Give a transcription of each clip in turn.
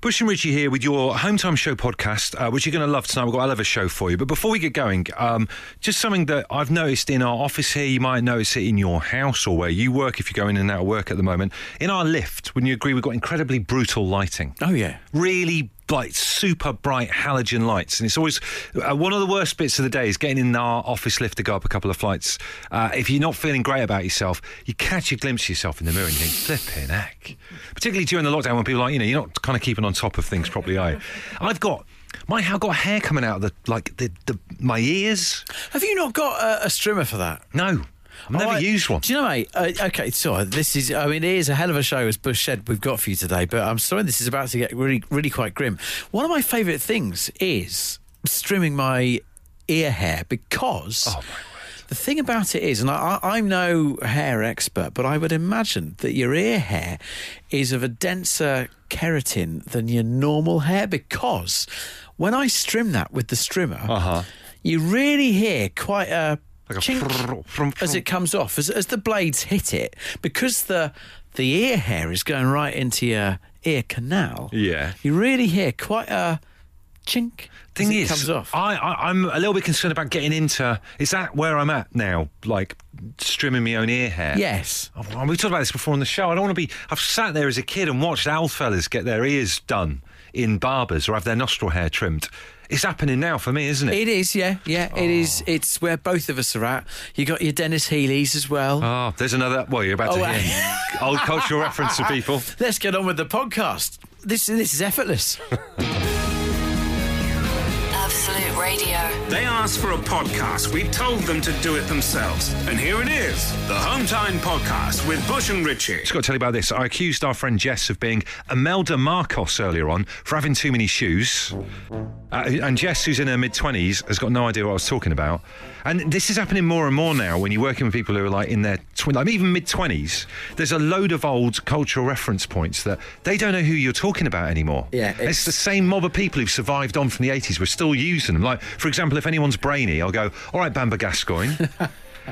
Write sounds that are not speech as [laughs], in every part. Bush and Richie here with your Hometime Show podcast, uh, which you're going to love tonight. We've got a love show for you. But before we get going, um, just something that I've noticed in our office here, you might notice it in your house or where you work if you're going in and out of work at the moment. In our lift, wouldn't you agree, we've got incredibly brutal lighting? Oh, yeah. really like super bright halogen lights and it's always uh, one of the worst bits of the day is getting in our office lift to go up a couple of flights uh, if you're not feeling great about yourself you catch a glimpse of yourself in the mirror and you think flipping heck particularly during the lockdown when people are like you know you're not kind of keeping on top of things properly are you [laughs] I've got my I've got hair coming out of the like the, the my ears Have you not got a, a strimmer for that? no I've never Oh, I- used one Do you know, mate? Uh, okay, so this is, I mean, it is a hell of a show, as Bush said, we've got for you today, but I'm sorry this is about to get really, really quite grim. One of my favourite things is trimming my ear hair because. oh my word The thing about it is, and I, I, I'm no hair expert, but I would imagine that your ear hair is of a denser keratin than your normal hair because when I strim that with the strimmer, Uh-huh. you really hear quite a Like a chink as it comes off, as, as the blades hit it, because the the ear hair is going right into your ear canal. Yeah. you really hear quite a chink. Thing as it is, comes off. I, I I'm a little bit concerned about getting into. Is that where I'm at now? Like trimming my own ear hair. yes. Oh, well, we talked about this before on the show. I don't want to be. I've sat there as a kid and watched owl fellas get their ears done in barbers or have their nostril hair trimmed. It's happening now for me, isn't it? It is, yeah, yeah. It is. Oh. It's where both of us are at. You got your Dennis Healy's as well. oh, there's another. Well, you're about Oh, to hear old cultural reference to [laughs] people. Let's get on with the podcast. This this is effortless. [laughs] Absolute Radio. They asked for a podcast. We told them to do it themselves. And here it is the Hometown Podcast with Bush and Richie. Just got to tell you about this. I accused our friend Jess of being Imelda Marcos earlier on for having too many shoes. Uh, and Jess, who's in her mid 20s, has got no idea what I was talking about. And this is happening more and more now when you're working with people who are like in their tw- like even mid 20s. There's a load of old cultural reference points that they don't know who you're talking about anymore. Yeah, It's, it's- the same mob of people who've survived on from the 80s. We're still using them. Like, for example, if anyone's brainy, I'll go, all right, Bamba Gascoigne.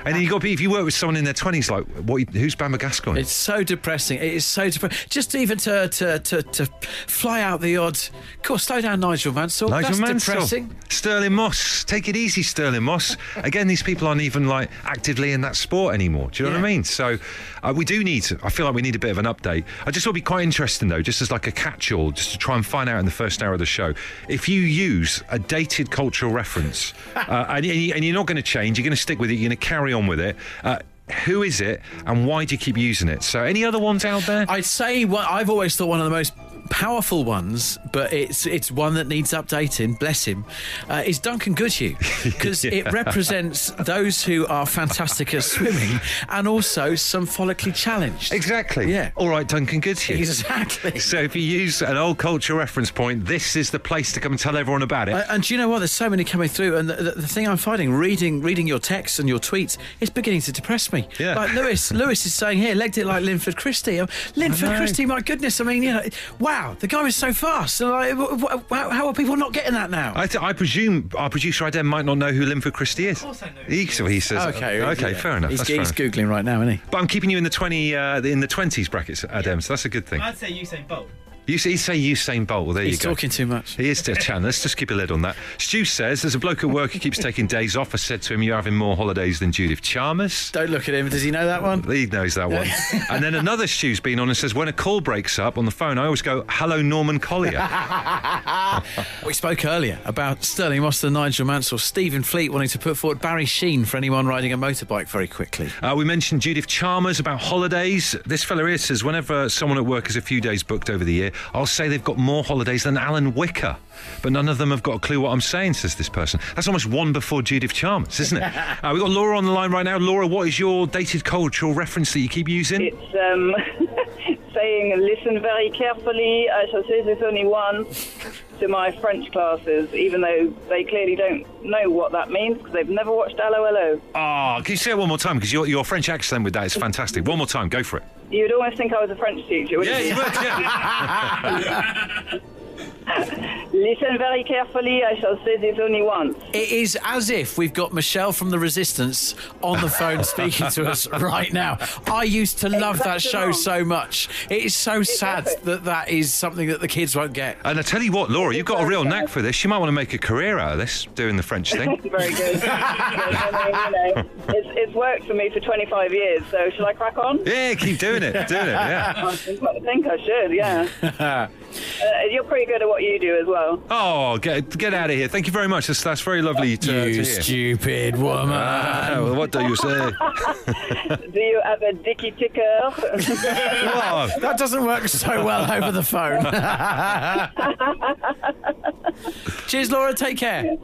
and then you got to be, if you work with someone in their 20s, like, what, who's Bamba Gascoigne? it's so depressing. It is so depressing. Just even to to, to to fly out the odds. Cool, slow down, Nigel Mansell. Nigel Oh, That's Mansell. depressing. Sterling Moss. Take it easy, Sterling Moss. Again, these people aren't even like actively in that sport anymore. Do you know what I Yeah. mean? So uh, we do need. I feel like we need a bit of an update. I just thought it'd be quite interesting though, just as like a catch-all, just to try and find out in the first hour of the show if you use a dated cultural [laughs] reference uh, and, and you- and you're not going to change, you're going to stick with it, you're going to carry on with it. Uh, who is it, and why do you keep using it? So, any other ones out there? I'd say one, I've always thought one of the most powerful ones, but it's it's one that needs updating. Bless him. Uh, is Duncan Goodhue because it represents those who are fantastic at swimming and also some follically challenged. exactly. Yeah. All right, Duncan Goodshed. Exactly. So if you use an old culture reference point, this is the place to come and tell everyone about it. Uh, and do you know what? There's so many coming through, and the, the, the thing I'm finding reading reading your texts and your tweets is beginning to depress me. Yeah. [laughs] Like Lewis, Lewis is saying here, legged it like Linford Christie. Um, Linford know. Christie, my goodness! I mean, you know, wow, the guy was so fast. And like, wh- wh- how, how are people not getting that now? I, th- I presume our producer Iden might not know who Linford Christie is. Of course I know. He, so he says. Oh, Okay, okay, yeah. fair enough. He's, that's he's fair enough. googling right now, isn't he? But I'm keeping you in the twenty uh, in the twenties brackets, Adam. So that's a good thing. I'd say Usain Bolt. You say, say Usain Bolt. Well, there He's you go. talking too much. He is still Chan. Let's just keep a lid on that. Stu says there's a bloke at work who keeps taking days off. I said to him, "You're having more holidays than Judith Chalmers." Don't look at him. Does he know [laughs] that one? He knows that one. and then another Stu's been on and says, when a call breaks up on the phone, I always go, "Hello, Norman Collier." We spoke earlier about Sterling Moss and Nigel Mansell, Stephen Fleet wanting to put forward Barry Sheen for anyone riding a motorbike very quickly. Uh, we mentioned Judith Chalmers about holidays. This fella here says whenever someone at work has a few days booked over the year, I'll say they've got more holidays than Alan Wicker. But none of them have got a clue what I'm saying, says this person. That's almost one before Judith Chalmers, isn't it? uh, we've got Laura on the line right now. Laura, what is your dated cultural reference that you keep using? It's um, [laughs] saying, listen very carefully, I shall say this only once to my French classes, even though they clearly don't know what that means because they've never watched LOLO. Ah, can you say it one more time? Because your, your French accent with that is fantastic. One more time, go for it. You'd almost think I was a French teacher, wouldn't Yeah, you would, yeah. you? [laughs] Listen very carefully. I shall say this only once. It is as if we've got Michelle from the Resistance on the [laughs] phone speaking to us right now. I used to love that Exactly show wrong. so much. It is so sad perfect. that that is something that the kids won't get. And I tell you what, Laura, you've got a real knack for this. You might want to make a career out of this, doing the French [laughs] thing. [laughs] Very good. I mean, you know, it's, it's worked for me for 25 years, so shall I crack on? yeah, keep doing it, doing it. Yeah. I think I think I [laughs] should, yeah. uh, you're pretty good at what you do as well. Oh, get get out of here. Thank you very much. That's, that's very lovely to, to you hear. stupid woman. Ah, well, what do you [laughs] say? Do you have a dicky ticker? [laughs] Oh, that doesn't work so well over the phone. Cheers, Laura. Take care.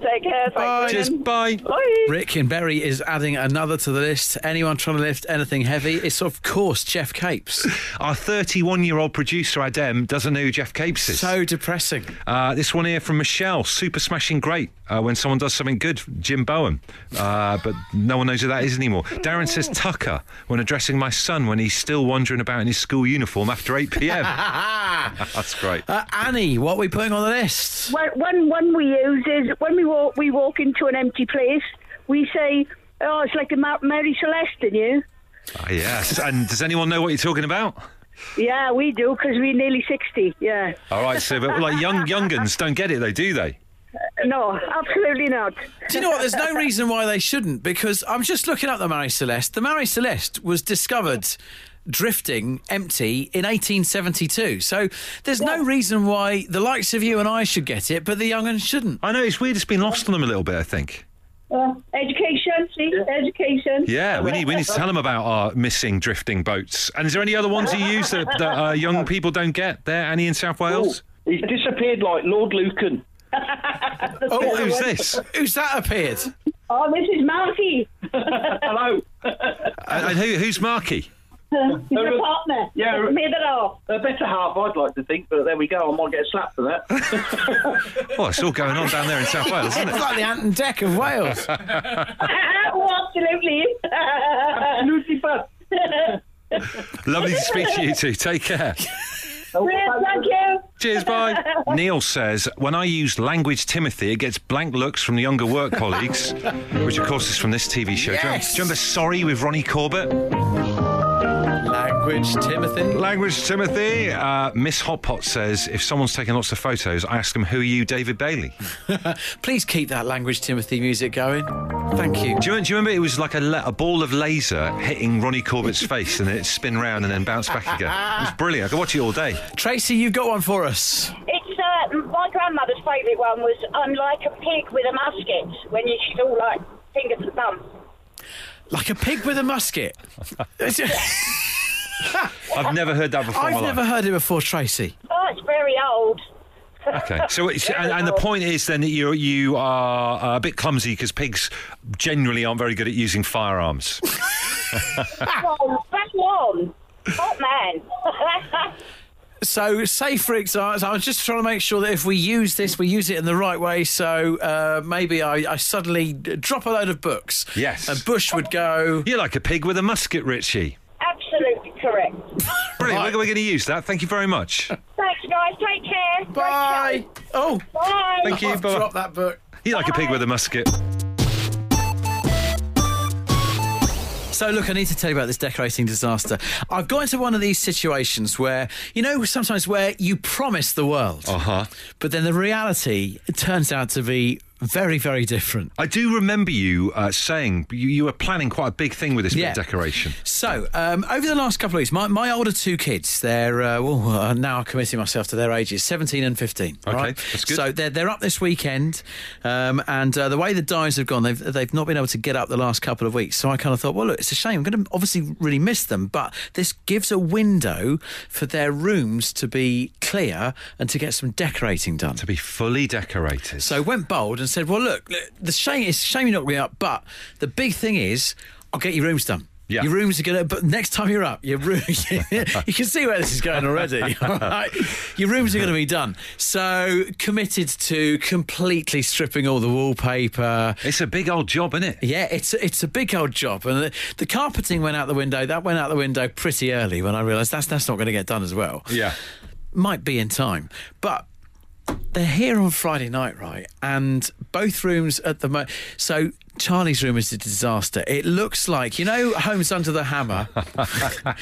Take care. Thanks, bye. Cheers. Brendan. Bye. Bye. Rick in Berry is adding another to the list. Anyone trying to lift anything heavy? It's of course Jeff Capes. Our 31 year old producer, Adem, doesn't know who Jeff Capes is. So depressing. Uh, this one here from Michelle, super smashing great uh, when someone does something good, Jim Bowen. Uh, but no one knows who that is anymore. Darren says Tucker when addressing my son when he's still wandering about in his school uniform after 8 [laughs] pm. That's great. Uh, Annie, what are we putting on the list? Well, one one we use is when we walk we walk into an empty place. We say, "Oh, it's like a Ma- Mary Celeste in you." Ah, yes. And does anyone know what you're talking about? Yeah, we do because we're nearly sixty. Yeah, All right, so but like young younguns don't get it though, do they? no, absolutely not. Do you know what? There's no reason why they shouldn't because I'm just looking up the Marie Celeste. The Marie Celeste was discovered drifting empty in 1872. So there's no reason why the likes of you and I should get it, but the young uns shouldn't. I know it's weird. It's been lost on them a little bit. I think. Uh, education, see, education. Yeah, we need we need to tell them about our missing drifting boats. And is there any other ones you use that, that uh, young people don't get? There, Annie in South Wales. He's disappeared like Lord Lucan. Oh, who's this? Who's that appeared? Oh, this is Marty, Hello. And, and who, who's Marky? his partner. Yeah. That's me that all. [laughs] A better half, I'd like to think, but there we go. I might get a slap for that. Well, it's all going on down there in South Wales, isn't [laughs] It's it? like the Ant and Deck of Wales. oh, absolutely. Absolutely bad. [laughs] Lovely to speak to you two. Take care. Yes, thank you. Cheers, bye. Neil says, when I use language Timothy, it gets blank looks from the younger work colleagues, which of course is from this TV show. Do you remember- Yes. Do, you remember Sorry with Ronnie Corbett? Language, Timothy. Language Timothy. Uh, Miss Hot Pot says, if someone's taking lots of photos, I ask them, who are you, David Bailey? Please keep that Language, Timothy music going. Thank you. Do you, do you remember it was like a, la- a ball of laser hitting Ronnie Corbett's face and then it spin round and then bounce back again? It was brilliant. I could watch it all day. Tracy, you've got one for us. It's uh, my grandmother's favourite one was I'm like a pig with a musket when you she's all like fingers and thumbs. Like a pig with a [laughs] musket. I've never heard that before in my I've life. never heard it before, Tracy. Oh, it's very old. Okay. So, it's, and, and the point is then that you you are uh, a bit clumsy because pigs generally aren't very good at using firearms. Well, back on. Hot man. [laughs] So, say for example, I was just trying to make sure that if we use this, we use it in the right way. So uh, maybe I, I suddenly d- drop a load of books. Yes. And Bush would go. You're like a pig with a musket, Richie. Absolutely correct. Brilliant. We're, going to use that. Thank you very much. Thanks, guys. Take care. Great Bye. show. Oh, Bye. Thank [laughs] you. I've Bye. dropped that book. You're like a pig with a musket. So, look, I need to tell you about this decorating disaster. I've got into one of these situations where, you know, sometimes where you promise the world, Uh-huh. but then the reality it turns out to be very, very different. I do remember you uh, saying you, you were planning quite a big thing with this bit of Yeah. decoration. So, um, over the last couple of weeks, my, my older two kids, they're uh, well, uh, now I'm committing myself to their ages 17 and 15. Okay, right? that's good. So, they're, they're up this weekend, um, and uh, the way the dies have gone, they've, they've not been able to get up the last couple of weeks. So, I kind of thought, well, look, it's a shame. I'm going to obviously really miss them, but this gives a window for their rooms to be clear and to get some decorating done. To be fully decorated. So I went bold and said, "Well, look, look, the shame it's a shame you're not going up, but the big thing is, I'll get your rooms done." Yeah. Your rooms are gonna, but next time you're up, your room, [laughs] you can see where this is going already. all right? Your rooms are gonna be done. So committed to completely stripping all the wallpaper. it's a big old job, isn't it? Yeah, it's it's a big old job, and the, the carpeting went out the window. That went out the window pretty early when I realised that's that's not going to get done as well Yeah. might be in time. But they're here on Friday night, right? And both rooms at the moment. So Charlie's room is a disaster. It looks like you know Homes Under the Hammer. [laughs]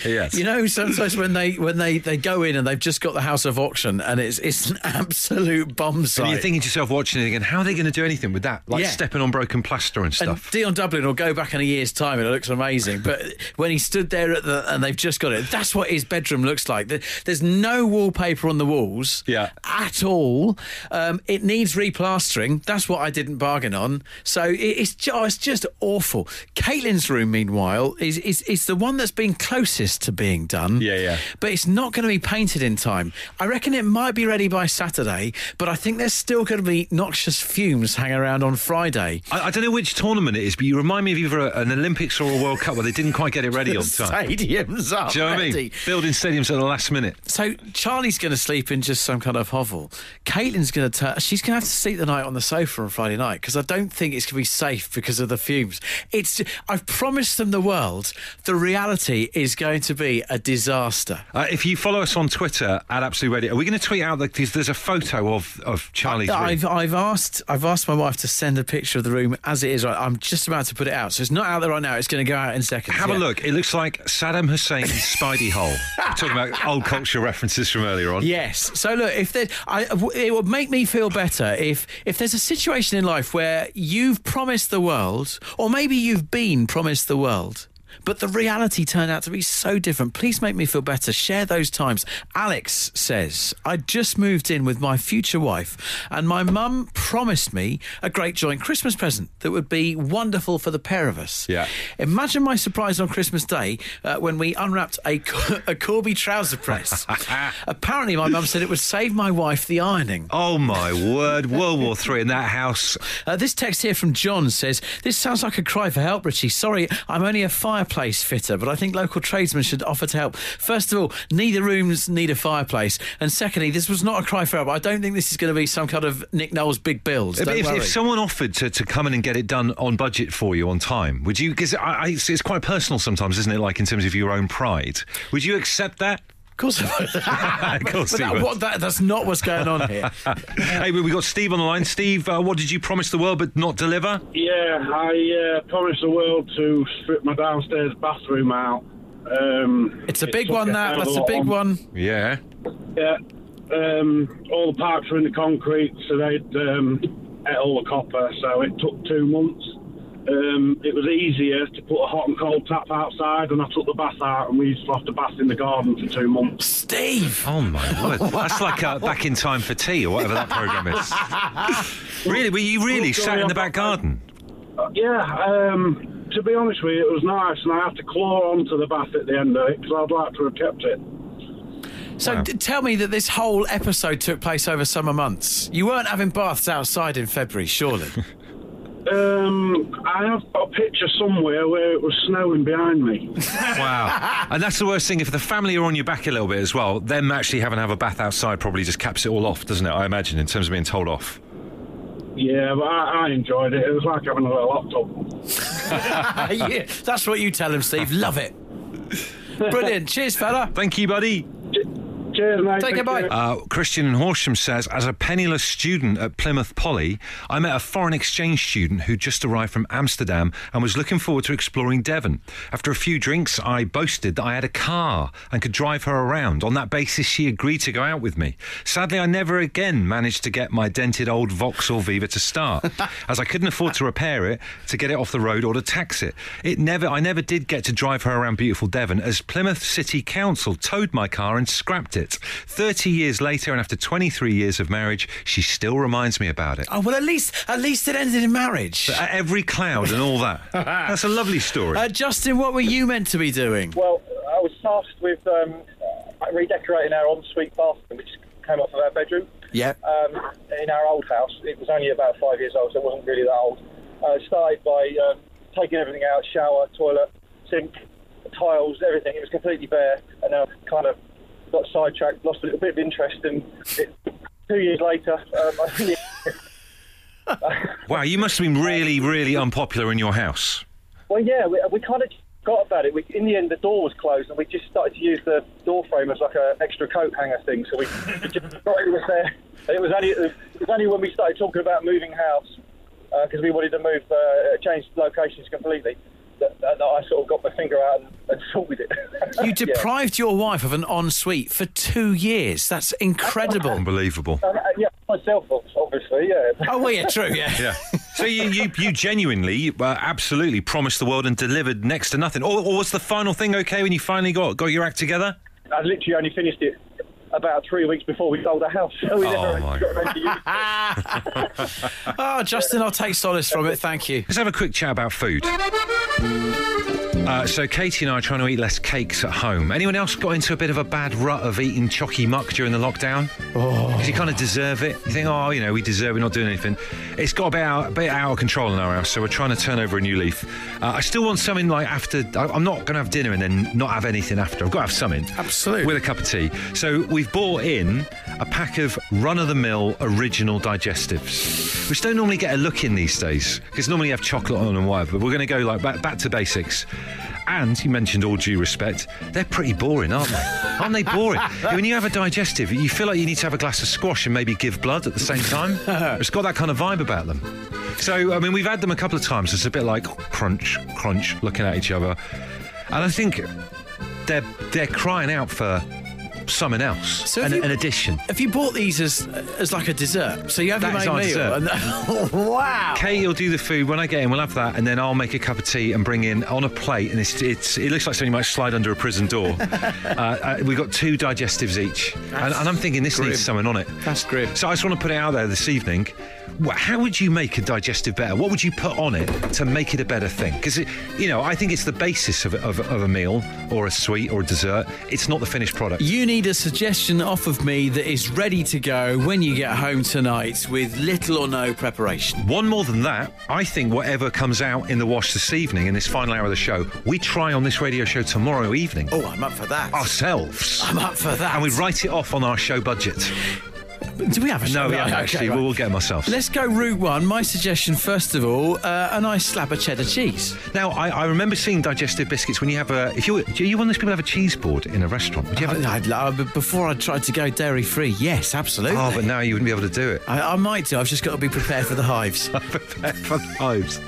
Yes. You know sometimes when they when they they go in and they've just got the house of auction and it's it's an absolute bomb site. and you're thinking to yourself watching it again, how are they going to do anything with that? Like Yeah. stepping on broken plaster and And stuff. Dion Dublin will go back in a year's time and it looks amazing. But when he stood there at the, and they've just got it, that's what his bedroom looks like. There- There's no wallpaper on the walls Yeah. at all. Um, it needs replastering. That's what I didn't bargain on. So it, it's, ju- oh, it's just awful. Caitlin's room, meanwhile, is, is, is the one that's been closest to being done. Yeah, yeah. But it's not going to be painted in time. I reckon it might be ready by Saturday, but I think there's still going to be noxious fumes hanging around on Friday. I, I don't know which tournament it is, but you remind me of either a, an Olympics or a World Cup where they didn't quite get it [laughs] ready on time. Stadiums up. Do you know what I mean? Building stadiums at the last minute. So Charlie's going to sleep in just some kind of hovel. Caitlin's going to turn. She's going to have to sleep the night on the sofa on Friday night because I don't think it's going to be safe because of the fumes. It's. I've promised them the world. The reality is going to be a disaster. Uh, if you follow us on Twitter at Absolute Radio, are we going to tweet out that there's, there's a photo of, of Charlie's room? I've, I've asked I've asked my wife to send a picture of the room as it is. Right, I'm just about to put it out, so it's not out there right now. It's going to go out in seconds. Have yeah. a look. It looks like Saddam [laughs] Hussein's Spidey hole. Talking about old culture references from earlier on. Yes. So look, if there, I, w- it would make me feel better if if there's a situation in life where you've promised the world, or maybe you've been promised the world. But the reality turned out to be so different. Please make me feel better. Share those times. Alex says, I just moved in with my future wife, and my mum promised me a great joint Christmas present that would be wonderful for the pair of us. Yeah. Imagine my surprise on Christmas Day uh, when we unwrapped a, Cor- [laughs] a Corby [laughs] trouser press. Apparently, my mum said it would save my wife the ironing. Oh my word! World War Three in that house. Uh, this text here from John says, This sounds like a cry for help, Richie. Sorry, I'm only a fireplace fitter, but I think local tradesmen should offer to help. First of all, neither rooms need a fireplace. And secondly, this was not a cry for help. I don't think this is going to be some kind of Nick Knowles big build. If, Don't if, worry. if someone offered to, to come in and get it done on budget for you on time, would you? Because I, I, it's, it's quite personal sometimes, isn't it? Like in terms of your own pride. Would you accept [laughs] that? [laughs] of course, I Of course But he that- would. what- that- that's not what's going on here. hey, we- we got Steve on the line. Steve, uh, what did you promise the world but not deliver? Yeah, I uh, promised the world to strip my downstairs bathroom out. Um, It's a it big took one, hell that. of That's a lot big on- one. Yeah. Yeah. Um, all the pipes were in the concrete, so they'd um, ate all the copper, so it took two months. Um, it was easier to put a hot and cold tap outside, and I took the bath out, and we used to have to bath in the garden for two months. Steve! Oh my word! That's like uh, back in time for tea or whatever that program is. really? Were you really sat in the back garden? Uh, yeah, um, to be honest with you, it was nice, and I had to claw onto the bath at the end of it because I'd like to have kept it. So d- tell me that this whole episode took place over summer months. You weren't having baths outside in [laughs] February, surely? [laughs] Um, I have got a picture somewhere where it was snowing behind [laughs] me. Wow. and that's the worst thing. If the family are on your back a little bit as well, them actually having to have a bath outside probably just caps it all off, doesn't it? I imagine, in terms of being told off. Yeah, but I, I enjoyed it. It was like having a little hot tub. yeah, that's what you tell him, Steve. Love it. Brilliant. Cheers, fella. Thank you, buddy. Cheers, mate. Take Thank it, bye. you. Uh, Christian in Horsham says, as a penniless student at Plymouth Poly, I met a foreign exchange student who just arrived from Amsterdam and was looking forward to exploring Devon. After a few drinks, I boasted that I had a car and could drive her around. On that basis, she agreed to go out with me. Sadly, I never again managed to get my dented old Vauxhall Viva to [laughs] start, as I couldn't afford to repair it, to get it off the road, or to tax it. It never, I never did get to drive her around beautiful Devon, as Plymouth City Council towed my car and scrapped it. Thirty years later, and after 23 years of marriage, she still reminds me about it. Oh, well, at least at least it ended in marriage. At every cloud and all [laughs] that. That's a lovely story. Uh, Justin, what were you meant to be doing? [laughs] Well, I was tasked with um, redecorating our ensuite bathroom, which came off of our bedroom. Yeah. Um, in our old house, it was only about five years old, so it wasn't really that old. Uh, started by um, taking everything out shower, toilet, sink, tiles, everything. It was completely bare, and I kind of got sidetracked, lost a little bit of interest, and it, two years later, um, [laughs] I really. Wow, you must have been really, really unpopular in your house. Well, yeah, we, we kind of forgot about it. We, in the end, the door was closed, and we just started to use the door frame as like a extra coat hanger thing. So we [laughs] we just thought it was there. And it was only it was only when we started talking about moving house because we wanted to move, uh, change locations completely. That, that, that I sort of got my finger out and, and [laughs] sorted it. You [laughs] Yeah. deprived your wife of an ensuite for two years. That's [laughs] incredible. Unbelievable. Um, uh, yeah, myself, obviously. Yeah. Oh, well, yeah, true, yeah. Yeah. [laughs] So you, you, you genuinely, uh, absolutely promised the world and delivered next to nothing. Or, or was the final thing okay when you finally got, got your act together? I literally only finished it about three weeks before we sold the house. [laughs] So we Oh, never my got [laughs] around to using it. Oh, Justin, I'll take solace from it. Thank you. Let's have a quick chat about food. Uh, so Katie and I are trying to eat less cakes at home. Anyone else got into a bit of a bad rut of eating chocky muck during the lockdown? Because you kind of deserve it. You think, oh, you know, we deserve it, not doing anything. It's got a bit out, a bit out of control in our house, so we're trying to turn over a new leaf. Uh, I still want something like after. I, I'm not going to have dinner and then not have anything after. I've got to have something. Absolutely. With a cup of tea. So we've bought in a pack of run-of-the-mill original digestives, which don't normally get a look in these days because normally you have chocolate on and whatever. But we're going to go like back, back to basics. And you mentioned all due respect, they're pretty boring, aren't they? aren't they boring? when you have a digestive, you feel like you need to have a glass of squash and maybe give blood at the same time. it's got that kind of vibe about them. So I mean, we've had them a couple of times. It's a bit like crunch, crunch, looking at each other, and I think they're they're crying out for something else, So an, have you- an addition. Have you bought these as as like a dessert? So you have That is your our main meal. dessert. and- [laughs] wow. Katie will do the food when I get in. We'll have that, and then I'll make a cup of tea and bring in on a plate. And it's, it's it looks like something you might slide under a prison [laughs] door. uh, uh, we've got two digestives each, and, and I'm thinking this needs something on it. That's grim. So I just want to put it out there this evening. Wh- How would you make a digestive better? What would you put on it to make it a better thing? Because, you know, I think it's the basis of, of, of a meal or a sweet or a dessert. It's not the finished product. You need a suggestion off of me that is ready to go when you get home tonight with little or no preparation. One more than that, I think whatever comes out in the wash this evening in this final hour of the show, we try on this radio show tomorrow evening Oh, I'm up for that. ourselves. I'm up for that. and we write it off on our show budget. Do we have a No, show? we haven't Okay, actually. right. We'll, we'll get myself. Let's go route one. My suggestion, first of all, uh, a nice slab of cheddar cheese. Now, I, I remember seeing digestive biscuits when you have a. If you were- do you one of those people have a cheese board in a restaurant? Would you have? a- Uh, I'd love, but before I tried to go dairy free, yes, absolutely. oh, but now you wouldn't be able to do it. [laughs] I, I might do. I've just got to be prepared for the hives. Prepare for hives.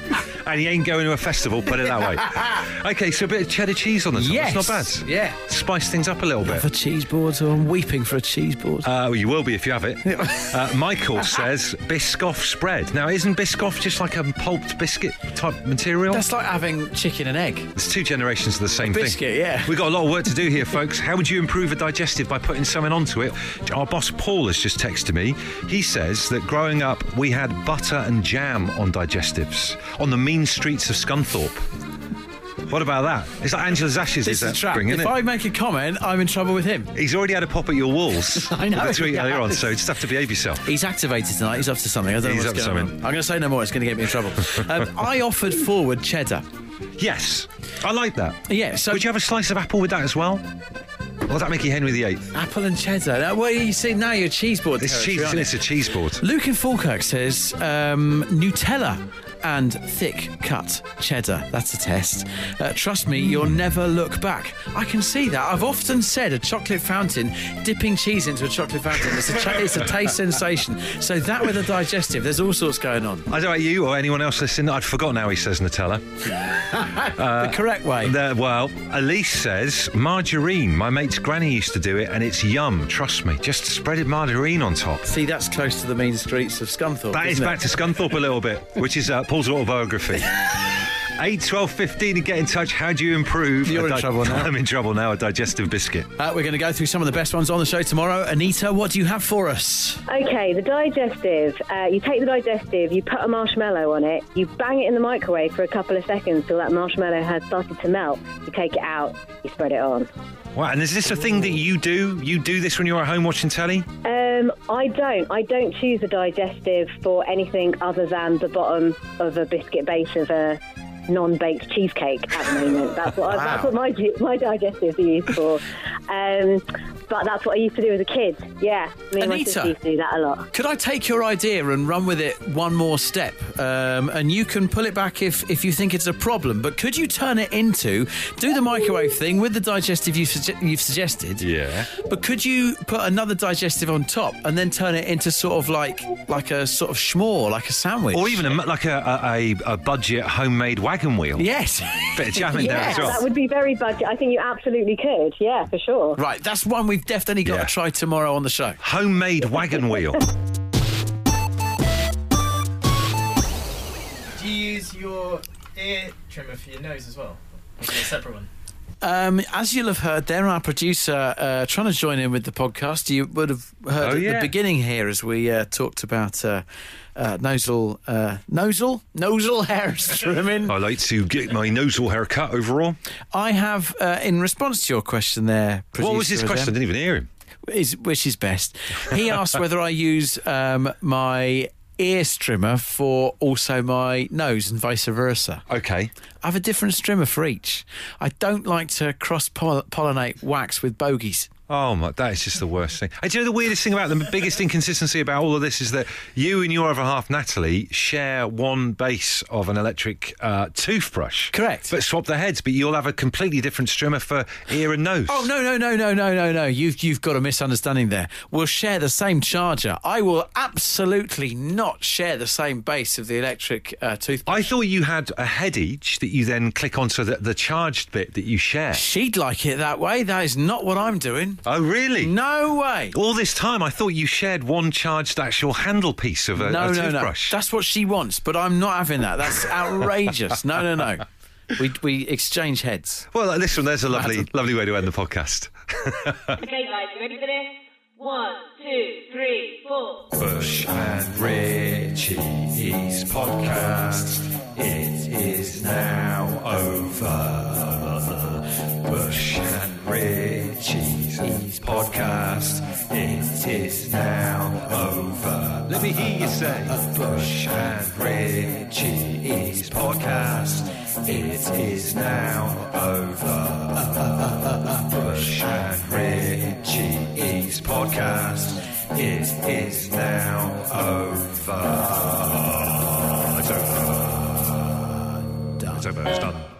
and you ain't going to a festival, put it that [laughs] way. okay, so a bit of cheddar cheese on the top. Yes. It's not bad. Yeah. Spice things up a little bit. for cheese boards, or I'm weeping for a cheese board. Uh, well, you will be if you have it. Uh, Michael says Biscoff spread. Now, isn't Biscoff just like a pulped biscuit type material? That's like having chicken and egg. There's two generations of the same biscuit, thing. yeah. We've got a lot of work to do here, folks. How would you improve a digestive by putting something onto it? Our boss Paul has just texted me. He says that growing up, we had butter and jam on digestives on the mean streets of Scunthorpe. What about that? It's like Angela's Ashes This is that is a trap. spring, If isn't it? I make a comment, I'm in trouble with him. He's already had a pop at your walls. [laughs] I know with The tweet he earlier on, has. so just have to behave yourself. He's activated tonight. He's up to something. I don't He's know up what's to going on. I'm something. going to say no more. It's going to get me in trouble. [laughs] um, I offered forward cheddar. Yes, I like that. Yeah, so Would you have a slice of apple with that as well? Or does that make you Henry VIII? apple and cheddar. Now, well, you see, now you're cheese board. It's territory, cheese, isn't aren't you? it? It's a cheese board. Luke in Falkirk says um, Nutella and thick cut cheddar. That's a test. Uh, trust me, you'll never look back. I can see that. I've often said a chocolate fountain, dipping cheese into a chocolate fountain, it's a, cha- it's a taste sensation. So that with a digestive, there's all sorts going on. I don't know about you or anyone else listening. I'd forgotten how he says Nutella. the correct way. Uh, There, well, Elise says margarine. My mate's granny used to do it, and it's yum. Trust me. Just spreaded margarine on top. see, that's close to the mean streets of Scunthorpe. That is isn't it? back to Scunthorpe a little bit, which is uh, Paul's [laughs] autobiography. 8, 12, 15 and get in touch. How do you improve? You're a in trouble now. [laughs] I'm in trouble now. A digestive biscuit. Uh, we're going to go through some of the best ones on the show tomorrow. Anita, what do you have for us? Okay, the digestive. Uh, you take the digestive, you put a marshmallow on it, you bang it in the microwave for a couple of seconds till that marshmallow has started to melt. You take it out, you spread it on. Wow. And is this a thing that you do? You do this when you're at home watching telly? Um, I don't. I don't choose a digestive for anything other than the bottom of a biscuit base of a non-baked cheesecake at the moment. That's what, I, that's what my, di- my digestives are used for. Um, But that's what I used to do as a kid. Yeah, me and my Anita. sister used to do that a lot. Could I take your idea and run with it one more step? Um, and you can pull it back if, if you think it's a problem. But could you turn it into do the microwave thing with the digestive you sugge- you've suggested? Yeah. But could you put another digestive on top and then turn it into sort of like like a sort of schmore, like a sandwich? Or even a, like a, a, a budget homemade wagon wheel. Yes. [laughs] Bit of jam in there as well. that would be very budget. I think you absolutely could. Yeah, for sure. Right, that's one we've definitely got Yeah. to try tomorrow on the show. Homemade wagon wheel. Do you use your ear trimmer for your nose as well? Or is it a separate one? Um, as you'll have heard, there our producer uh, trying to join in with the podcast. You would have heard Oh, at yeah. the beginning here as we uh, talked about uh, uh, nosal uh, nosal nosal hair [laughs] trimming. I like to get my nasal haircut overall. I have, uh, in response to your question, there. What was his producer question? I Adam, didn't even hear him. Is which is best? [laughs] He asked whether I use um, my ear trimmer for also my nose and vice versa. Okay. I have a different trimmer for each. I don't like to cross pollinate wax with bogies. Oh my, that is just the worst thing. And do you know the weirdest thing about the biggest inconsistency about all of this is that you and your other half, Natalie, share one base of an electric uh, toothbrush. Correct. But swap their heads, but you'll have a completely different strimmer for ear and nose. Oh no no no no no no no! You've you've got a misunderstanding there. We'll share the same charger. I will absolutely not share the same base of the electric uh, toothbrush. I thought you had a head each that you then click onto the, the charged bit that you share. She'd like it that way. That is not what I'm doing. Oh really? No way. All this time, I thought you shared one charged actual handle piece of a, no a no no. toothbrush. That's what she wants, but I'm not having [laughs] that. That's outrageous. no no no. We we exchange heads. Well, listen, there's a lovely, lovely way to end the podcast. Okay, guys, you ready for this? One, two, three, four. Bush and Richie's podcast. It is now over. Bush and Richie's podcast. It is now over. Let me hear you say. Bush and Richie's podcast. It is now over. Bush and Richie's podcast. It is now over. It's over. It's over. It's done.